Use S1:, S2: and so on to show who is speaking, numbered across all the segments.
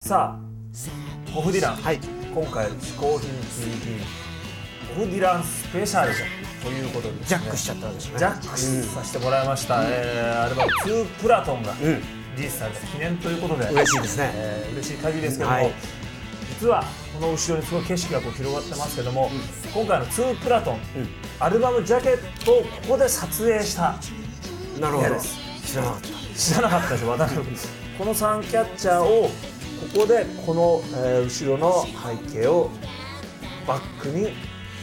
S1: さあボブ・ディラン、
S2: はい
S1: 今回嗜好品追品ボブ・ディランスペシャルということでですね
S2: ジャックしちゃったわけですね
S1: ジャックさせてもらいました、えーアルバム「2プラトン」が
S2: うん
S1: リリースされた記念ということで、
S2: 嬉しいですね
S1: えー嬉しい限りですけども、
S2: はい
S1: 実はこの後ろにすごい景色がこう広がってますけども、今回の「2プラトン」アルバムジャケットをここで撮影した
S2: なるほ
S1: 嫌
S2: ど
S1: です
S2: 知らなかった
S1: 知らなかったでしょ渡辺君このサンキャッチャーをここでこの、えー後ろの背景をバックに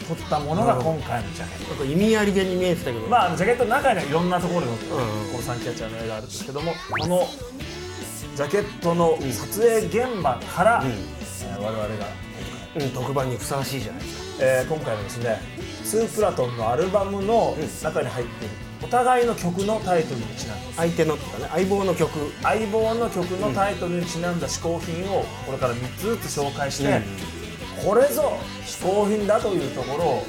S1: 撮ったものが今回のジャケット
S2: なんか意味ありげに見えてたけど、
S1: まああのジャケットの中にはいろんなところに載ってる、
S2: うん
S1: このサンキャッチャーの絵があるんですけどもこのジャケットの撮影現場から、えー我々が、
S2: うん、特番にふさわしいじゃないですか
S1: えー今回のですね「ツープラトン」のアルバムの中に入っているお互いの曲のタイトルにちなんで
S2: 相手のとかね相棒の曲
S1: 相棒の曲のタイトルにちなんだ嗜好品をこれから3つずつ紹介して、これぞ嗜好品だというところを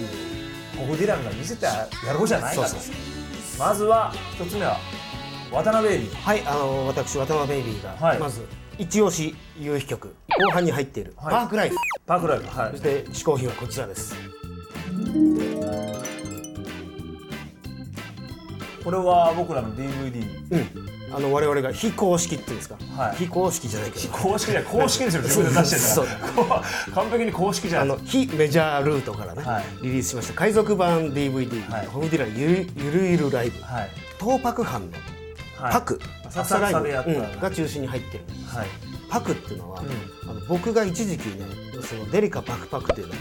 S1: ボブ・ディランが見せてやろうじゃないかと
S2: そうそ
S1: まずは1つ目は渡辺エリー
S2: はいあの私渡辺ベイビーが、
S1: はい
S2: まず一押し夕日曲後半に入っている、
S1: はい
S2: パークライフ
S1: パークライブはい
S2: そして試行品はこちらです
S1: これは僕らの DVD
S2: うんあの我々が非公式っていうんですか、
S1: はい
S2: 非公式じゃないけど
S1: 公式じ ゃない公式ですよ自分で出して
S2: そう
S1: るからこう 完璧に公式じゃ
S2: あ
S1: ない
S2: の非メジャールートからね、
S1: はい
S2: リリースしました海賊版 DVD、
S1: はい
S2: ホブディランゆるゆるゆるライブ
S1: はい
S2: 東博班の
S1: はい
S2: パク、
S1: 浅
S2: 朝ライ
S1: 草
S2: ブ
S1: でやった
S2: うんが中心に入ってる
S1: はい
S2: パクっていうのは、あの僕が一時期ねそのデリカパクパクっていうね、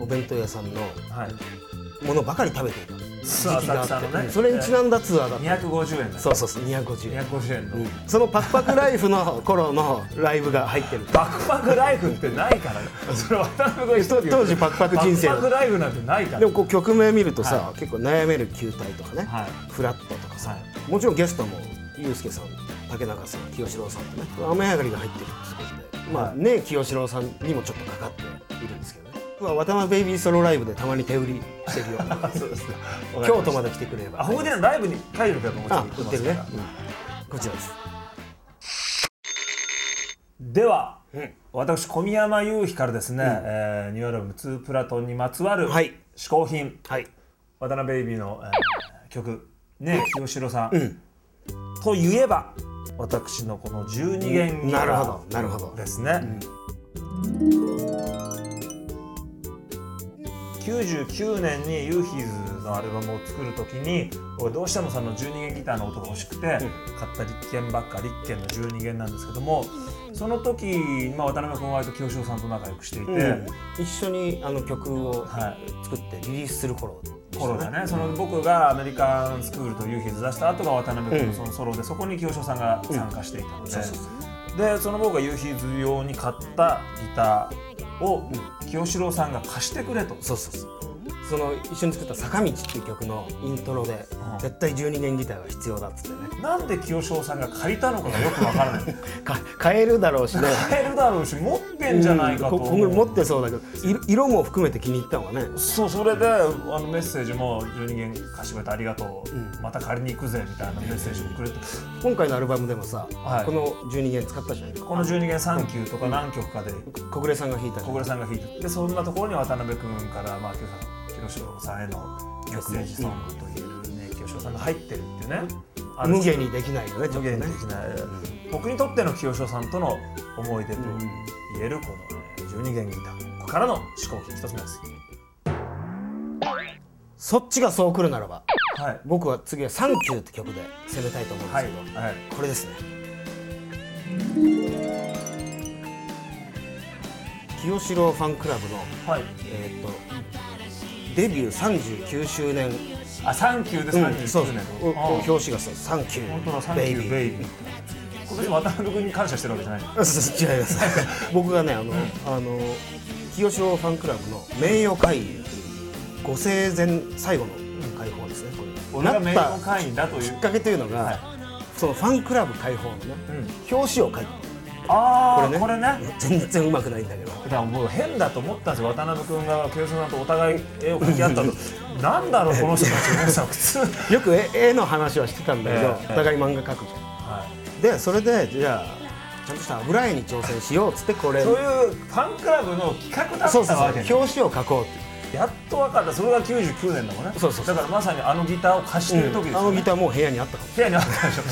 S2: お弁当屋さんの
S1: はい
S2: ものばかり食べていた
S1: ツアー浅草のね
S2: うんそれにちなんだツアーだった、
S1: 250円だ
S2: そうそうそう250円
S1: 250円の、
S2: そのパクパクライフの頃のライブが入ってる
S1: バックパクライフってないからね。それ渡辺君が言ってるけど
S2: 当時パクパク人生
S1: バックパクライフなんてないから。
S2: でもこう曲名見るとさ、
S1: は
S2: 結構悩める球体とかね、
S1: はい
S2: フラットとかさ、
S1: は
S2: もちろんゲストもユうスケさん竹中さん清志郎さんとね雨上がりが入ってるってことでまあ
S1: はい
S2: ね清志郎さんにもちょっとかかっているんですけどねまあ渡辺ベイビーソロライブでたまに手売りしてるよ
S1: そうですか。
S2: 京都まで来てくれれば
S1: あ、ホームディランライブにタイトルかと思
S2: あ
S1: って
S2: 売
S1: ま
S2: って
S1: す
S2: る
S1: か
S2: ね
S1: ら。、
S2: うんこちらです
S1: では、私小宮山雄飛からですね、えーニューアルバム2プラトンにまつわる
S2: はい
S1: 嗜好品、
S2: はい
S1: 渡辺ベイビーの、えー曲ね清志郎さん、といえば私のこの12弦ギタ
S2: な
S1: ー
S2: るほどなるほど
S1: ですね、99年にユーヒーズのアルバムを作る時に俺どうしてもその12弦ギターの音が欲しくて買った立憲ばっか立憲の12弦なんですけどもその時、まあ、渡辺君は割と清志郎さんと仲良くしていて、
S2: うん一緒にあの曲を
S1: は
S2: 作ってリリースする頃でした
S1: 頃だねその僕がアメリカンスクールとユーヒーズ出した後が渡辺君のそのソロでそこに清志さんが参加していたので、でその僕がユーヒーズ用に買ったギターを清志郎さんが貸してくれと
S2: そうそうそうその一緒に作った「坂道」っていう曲のイントロで、絶対12弦ギターが必要だっつってね
S1: なんで清志郎さんが借りたのかがよくわからない
S2: か買えるだろうしね
S1: 買えるだろうし持ってんじゃないかと
S2: ここ
S1: 思う、
S2: 持ってそうだけど色色も含めて気に入ったのがね
S1: そうそれであのメッセージも「12弦貸してくれてありがとう、また借りに行くぜ」みたいなメッセージをくれて
S2: 今回のアルバムでもさ、
S1: はい
S2: この12弦使ったじゃない
S1: この12弦3級とか何曲かで
S2: 小暮さんが弾いたじゃ
S1: 小
S2: ん
S1: 暮さんが弾いてでそんなところに渡辺君からまあ清志郎さんへのメッセージソングというね清志郎さんが入ってるっていうねあの
S2: 無限にできないよねちょ
S1: 無
S2: っとね
S1: 限にできない、僕にとっての清志郎さんとの思い出と言えるこの、ね、12弦ギターここからの試行品一つ目です
S2: そっちがそう来るならば
S1: はい
S2: 僕は次は「サンキュー」って曲で攻めたいと思うんで
S1: は
S2: す
S1: い
S2: けど、
S1: はい
S2: これですね清志郎ファンクラブの
S1: はい
S2: えーっとデビュー39周年、
S1: あ三級です三級
S2: そうですね
S1: あ。
S2: お表
S1: 本
S2: 紙がそう、サンキュ
S1: 当だ
S2: ー
S1: 三
S2: ベイ
S1: 級
S2: ビ
S1: ベ
S2: ー。
S1: イビーこれ別に渡辺君に感謝してるわけじゃない
S2: あそう そう違います。僕がねあのあの清志郎ファンクラブの名誉会員ご生前最後の解放ですね。これ
S1: 俺が名
S2: な
S1: 誉
S2: った
S1: 会員だという
S2: きっかけというのが、
S1: はい
S2: そのファンクラブ解放のね、表紙を書いて
S1: ああこ
S2: こ
S1: れ
S2: れ
S1: ね
S2: 全然うまくないんだけど。
S1: だからもう変だと思ったんですよ渡辺君が清志郎さんとお互い絵を描き合ったと なんだろうこの人たち思ってたの普通
S2: よく絵絵の話はしてたんだけど、
S1: ええ
S2: お互い漫画描くじゃん。
S1: は
S2: でそれでじゃあちゃんとした油絵に挑戦しようっつってこれ
S1: そういうファンクラブの企画だっ
S2: そうそ
S1: た
S2: うそう
S1: わけね
S2: 表紙を書こうっていう
S1: やっと分かったそれが99年だもんね
S2: そうそうそう
S1: だからまさにあのギターを貸してる時ですよ、ね
S2: あのギターもう部屋にあったかも
S1: 部屋にあったでしょ、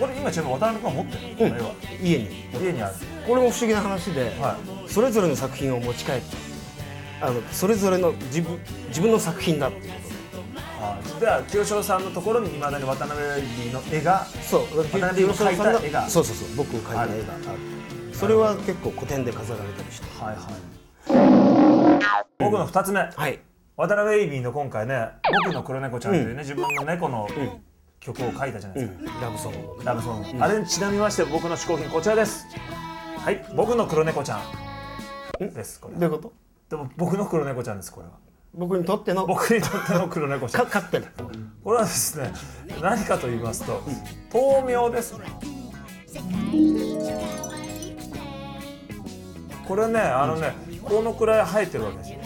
S1: これ今ちなみに渡辺君が持ってるの、こ
S2: 家に
S1: れは家にある
S2: これも不思議な話で、
S1: は
S2: それぞれの作品を持ち帰ってあのそれぞれの自分自分の作品だっていうこ
S1: はいでは清志郎さんのところにいまだに渡辺の絵が
S2: とそう
S1: 渡辺の描いた絵が
S2: そうそうそう僕が描いた絵があるそれは結構古典で飾られたりして
S1: はいはい僕の2つ目、
S2: はい
S1: 渡辺ベイビーの今回ね「僕の黒猫ちゃん」というね、自分の猫の曲を書いたじゃないですか、
S2: ラブソング
S1: ラブソング、あれにちなみまして僕の嗜好品こちらですはい僕の黒猫ちゃんですこれ
S2: どういうこと
S1: でも僕の黒猫ちゃんですこれは
S2: 僕にとっての
S1: 僕にとっての黒猫ちゃん
S2: か勝手な
S1: これはですね何かと言いますと豆苗ですねこれねあのねこのくらい生えてるわけですよ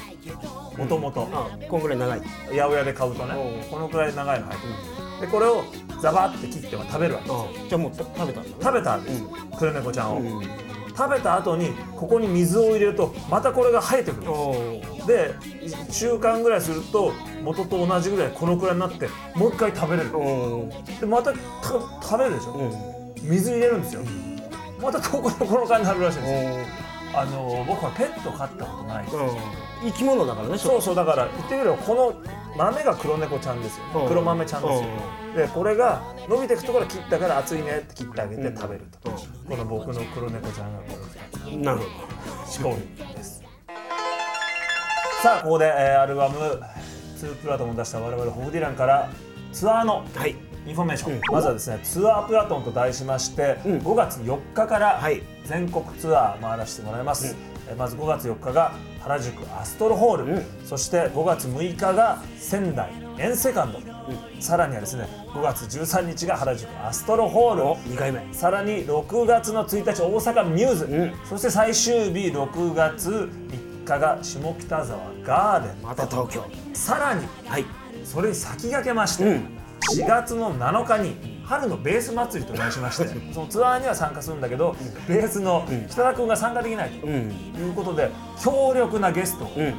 S1: もともと
S2: あこんぐらい長い
S1: 八百屋で買うとね
S2: おう
S1: このくらい長いの生えてるでこれをザバって切っては食べるわけ
S2: あじゃあもう食べたんだ
S1: 食べたわけですよ黒猫ちゃんを食べた後にここに水を入れるとまたこれが生えてくる
S2: おおー
S1: で1週間ぐらいすると元と同じぐらいこのくらいになってもう一回食べれる
S2: うん
S1: でまたた食べるでしょ、水入れるんですよ、またここのこの感じになるらしいんですよ、あの僕はペット飼ったことない、
S2: 生き物だからね
S1: そうそうだから言ってみればこの豆が黒猫ちゃんですよ、
S2: うん
S1: 黒豆ちゃんですよ、でこれが伸びていくところ切ったから熱いねって切ってあげて食べると、この僕の黒猫ちゃんがこの
S2: なるほ
S1: 嗜好品です、さあここで、えーアルバム「2プラトン」を出した我々ホフディランからツアーの
S2: どはい
S1: インフォメーション、まずはですねツアープラトンと題しまして、5月4日から
S2: はい
S1: 全国ツアー回らせてもらいます、えまず5月4日が原宿アストロホール、そして5月6日が仙台エンセカンド、さらにはですね5月13日が原宿アストロホール
S2: 2回目
S1: さらに6月の1日大阪ミューズ、
S2: ん
S1: そして最終日6月3日が下北沢ガーデ
S2: また東京
S1: ンさらに
S2: はい
S1: それに先駆けまして、
S2: うん
S1: 4月の7日に春のベース祭りと題しましてそのツアーには参加するんだけど、ベースの北田君が参加できないと
S2: うん
S1: いうことで、強力なゲストを
S2: うん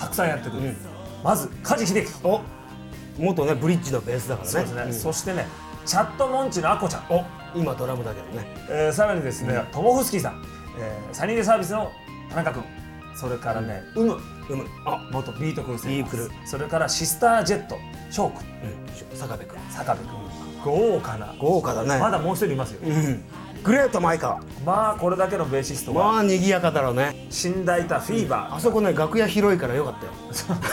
S1: たくさんやってくる、
S2: うん
S1: まず梶秀樹そ
S2: お元ねブリッジのベースだからね
S1: うですね、そしてねチャットモンチのあこちゃん、
S2: お今ドラムだけどね
S1: えーさらにですね、トモフスキーさん、えーサニーデイサービスの田中君それからね、
S2: うむうむあ
S1: 元ビートクルーセイダーズ
S2: ビーク
S1: それからシスタージェット翔くん
S2: うん坂部君
S1: 坂部君豪華な
S2: 豪華だね
S1: まだもう一人いますよ、
S2: うんグレート前川
S1: まあこれだけのベーシストが
S2: まあ賑やかだろうね
S1: 死んだいたフィーバー、
S2: あそこね楽屋広いからよかった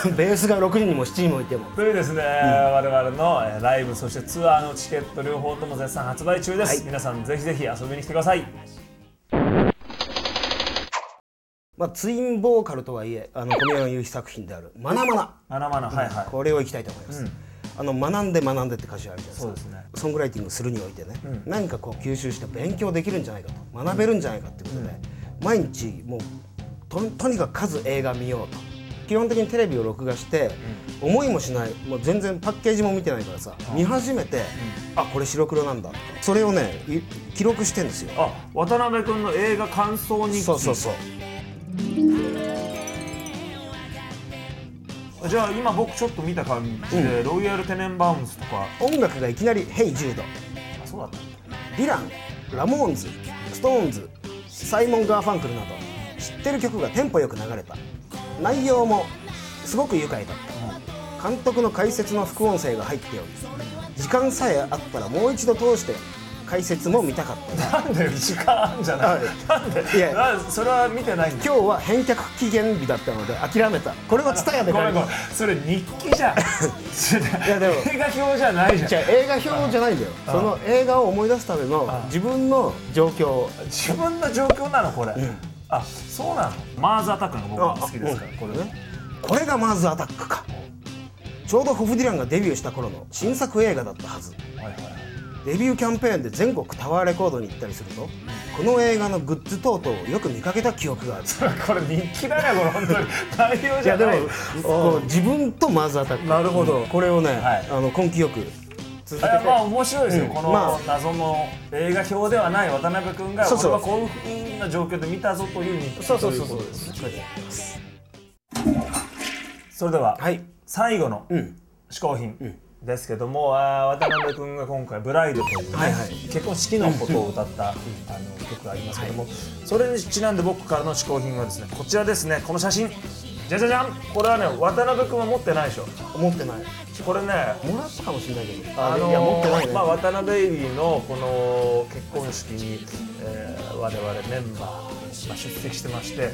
S2: よベースが6人にも7人もいても
S1: というですね、我々のえーライブそしてツアーのチケット両方とも絶賛発売中です、
S2: はい
S1: 皆さんぜひぜひ遊びに来てください
S2: まあツインボーカルとはいえあの小宮山雄飛作品である「まなまな
S1: まなまなはいはい、」
S2: これをいきたいと思います、あの学んで学んでって歌詞あるじゃないです
S1: そう
S2: か
S1: ですね
S2: ソングライティングするにおいてね、何かこう吸収して勉強できるんじゃないかと学べるんじゃないかってことで、毎日もうととにかく数映画見ようと基本的にテレビを録画して、思いもしないもう全然パッケージも見てないからさ見始めて、あこれ白黒なんだってそれをねい記録してんですよ
S1: あ渡辺君の映画感想日記
S2: そうそうそう
S1: じゃあ今僕ちょっと見た感じで、ロイヤル・テネンバウンズとか
S2: 音楽がいきなり「ヘイジュード」
S1: あそうだった
S2: ディランラモーンズストーンズサイモン・ガーファンクルなど知ってる曲がテンポよく流れた内容もすごく愉快だった監督の解説の副音声が入っており時間さえあったらもう一度通して解説も見たかったが
S1: なんで時間あんじゃない、
S2: はい
S1: なんで
S2: いや
S1: なんでそれは見てないんだ
S2: 今日は返却期限日だったので諦めたこれはツタヤで
S1: ご
S2: 借
S1: めん
S2: り
S1: ごめん
S2: た
S1: それ日記じゃんい
S2: やでも
S1: 映画表じゃないじゃん
S2: じゃあ映画表じゃないんだよその映画を思い出すための自分の状況を
S1: 自分の状況なのこれ、あそうなのマーズアタックの僕が好きですからこれね
S2: これがマーズアタックかちょうどホフディランがデビューした頃の新作映画だったはず
S1: はいはいはい
S2: デビューキャンペーンで全国タワーレコードに行ったりするとこの映画のグッズ等々をよく見かけた記憶がある
S1: これ日記だねこれ本当に内容じゃない
S2: こう自分とマーズアタック
S1: なるほど
S2: うんこれをね、
S1: はい
S2: あの根気よく続けて
S1: あまあ面白いですよ、
S2: うん
S1: この、
S2: まあ
S1: 謎の映画表ではない渡辺君が
S2: そうそう
S1: 俺はこういうふうな状況で見たぞというに
S2: そうそうそうそ
S1: ということですね
S2: そうです
S1: それでは、
S2: はい
S1: 最後の
S2: うん
S1: 嗜好品ですけども、あー渡辺君が今回「ブライド」という、ね
S2: はいはい
S1: 結婚式のことを歌った、あの曲がありますけども、それにちなんで僕からの嗜好品はですねこちらですねこの写真じゃじゃじゃんこれはね渡辺君は持ってないでしょ
S2: 持ってない
S1: これね
S2: もらったかもしれないけど
S1: あの
S2: いや持ってないね、
S1: まあ、渡辺エリーのこの結婚式に、えー我々メンバー、まあ、出席してまして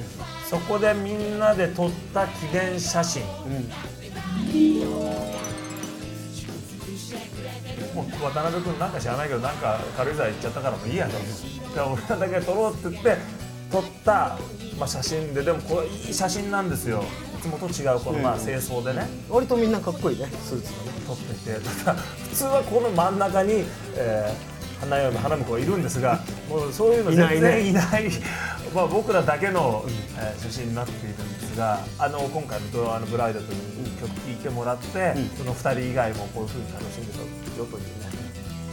S1: そこでみんなで撮った記念写真
S2: うん
S1: もう渡辺君なんか知らないけどなんか軽井沢行っちゃったからもういいやと思ってだから俺らだけ撮ろうって言って撮った、まあ、写真ででもこれいい写真なんですよいつもと違うこのまあ清掃でね、
S2: 割とみんなかっこいいねスーツがね
S1: 撮っていてただ普通はこの真ん中に、えー花嫁花婿がいるんですがもうそういうの
S2: いない
S1: 全然
S2: ね
S1: いない まあ、僕らだけの、えー写真になっているんですがあの今回のドラ「あのブライド」という曲聴いてもらって、その2人以外もこういうふうに楽しんでたよというね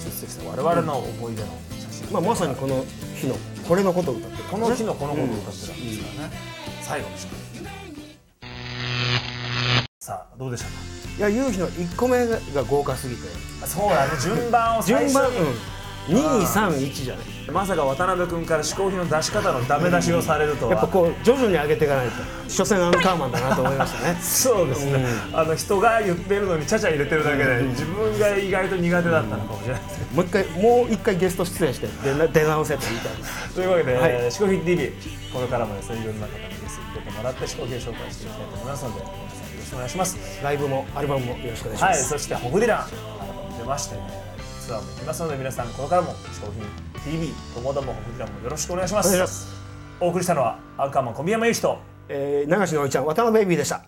S1: 出席した我々の思い出の写真、
S2: まあまさにこの日のこれのことを歌ってる
S1: この日のこの頃を歌ってたんですからね、最後の写真さあどうでしたか
S2: いや夕日の1個目が豪華すぎて
S1: そうだね順番を最初に
S2: 順番、うん、231じゃない
S1: まさか渡辺君から嗜好品の出し方のダメ出しをされるとは
S2: やっぱこう徐々に上げていかないと所詮アンカーマンだなと思いましたね
S1: そうですね、あの人が言ってるのにちゃちゃ入れてるだけで、自分が意外と苦手だったのかもしれないですね、
S2: もう一回もう一回ゲスト出演して出な出直せって言いたいです
S1: というわけで
S2: はい
S1: 「嗜好、品 TV」これからもですねいろんな方にゲストに出てもらって嗜好品を紹介していきたいと思いますので皆さんよろしくお願いします
S2: ライブもアルバムもよろしくお願いし
S1: は
S2: ま
S1: い
S2: す、
S1: そしてホグディランアルバム出まして、ね、ツアーも行きますので皆さんこれからも「嗜好品 TV」ともどもホグディランもよろしくお願いしま
S2: お
S1: す
S2: 願いします
S1: お送りしたのはアンカーマン小宮山由紀と
S2: えー、流しのおいちゃん渡辺ベイビーでした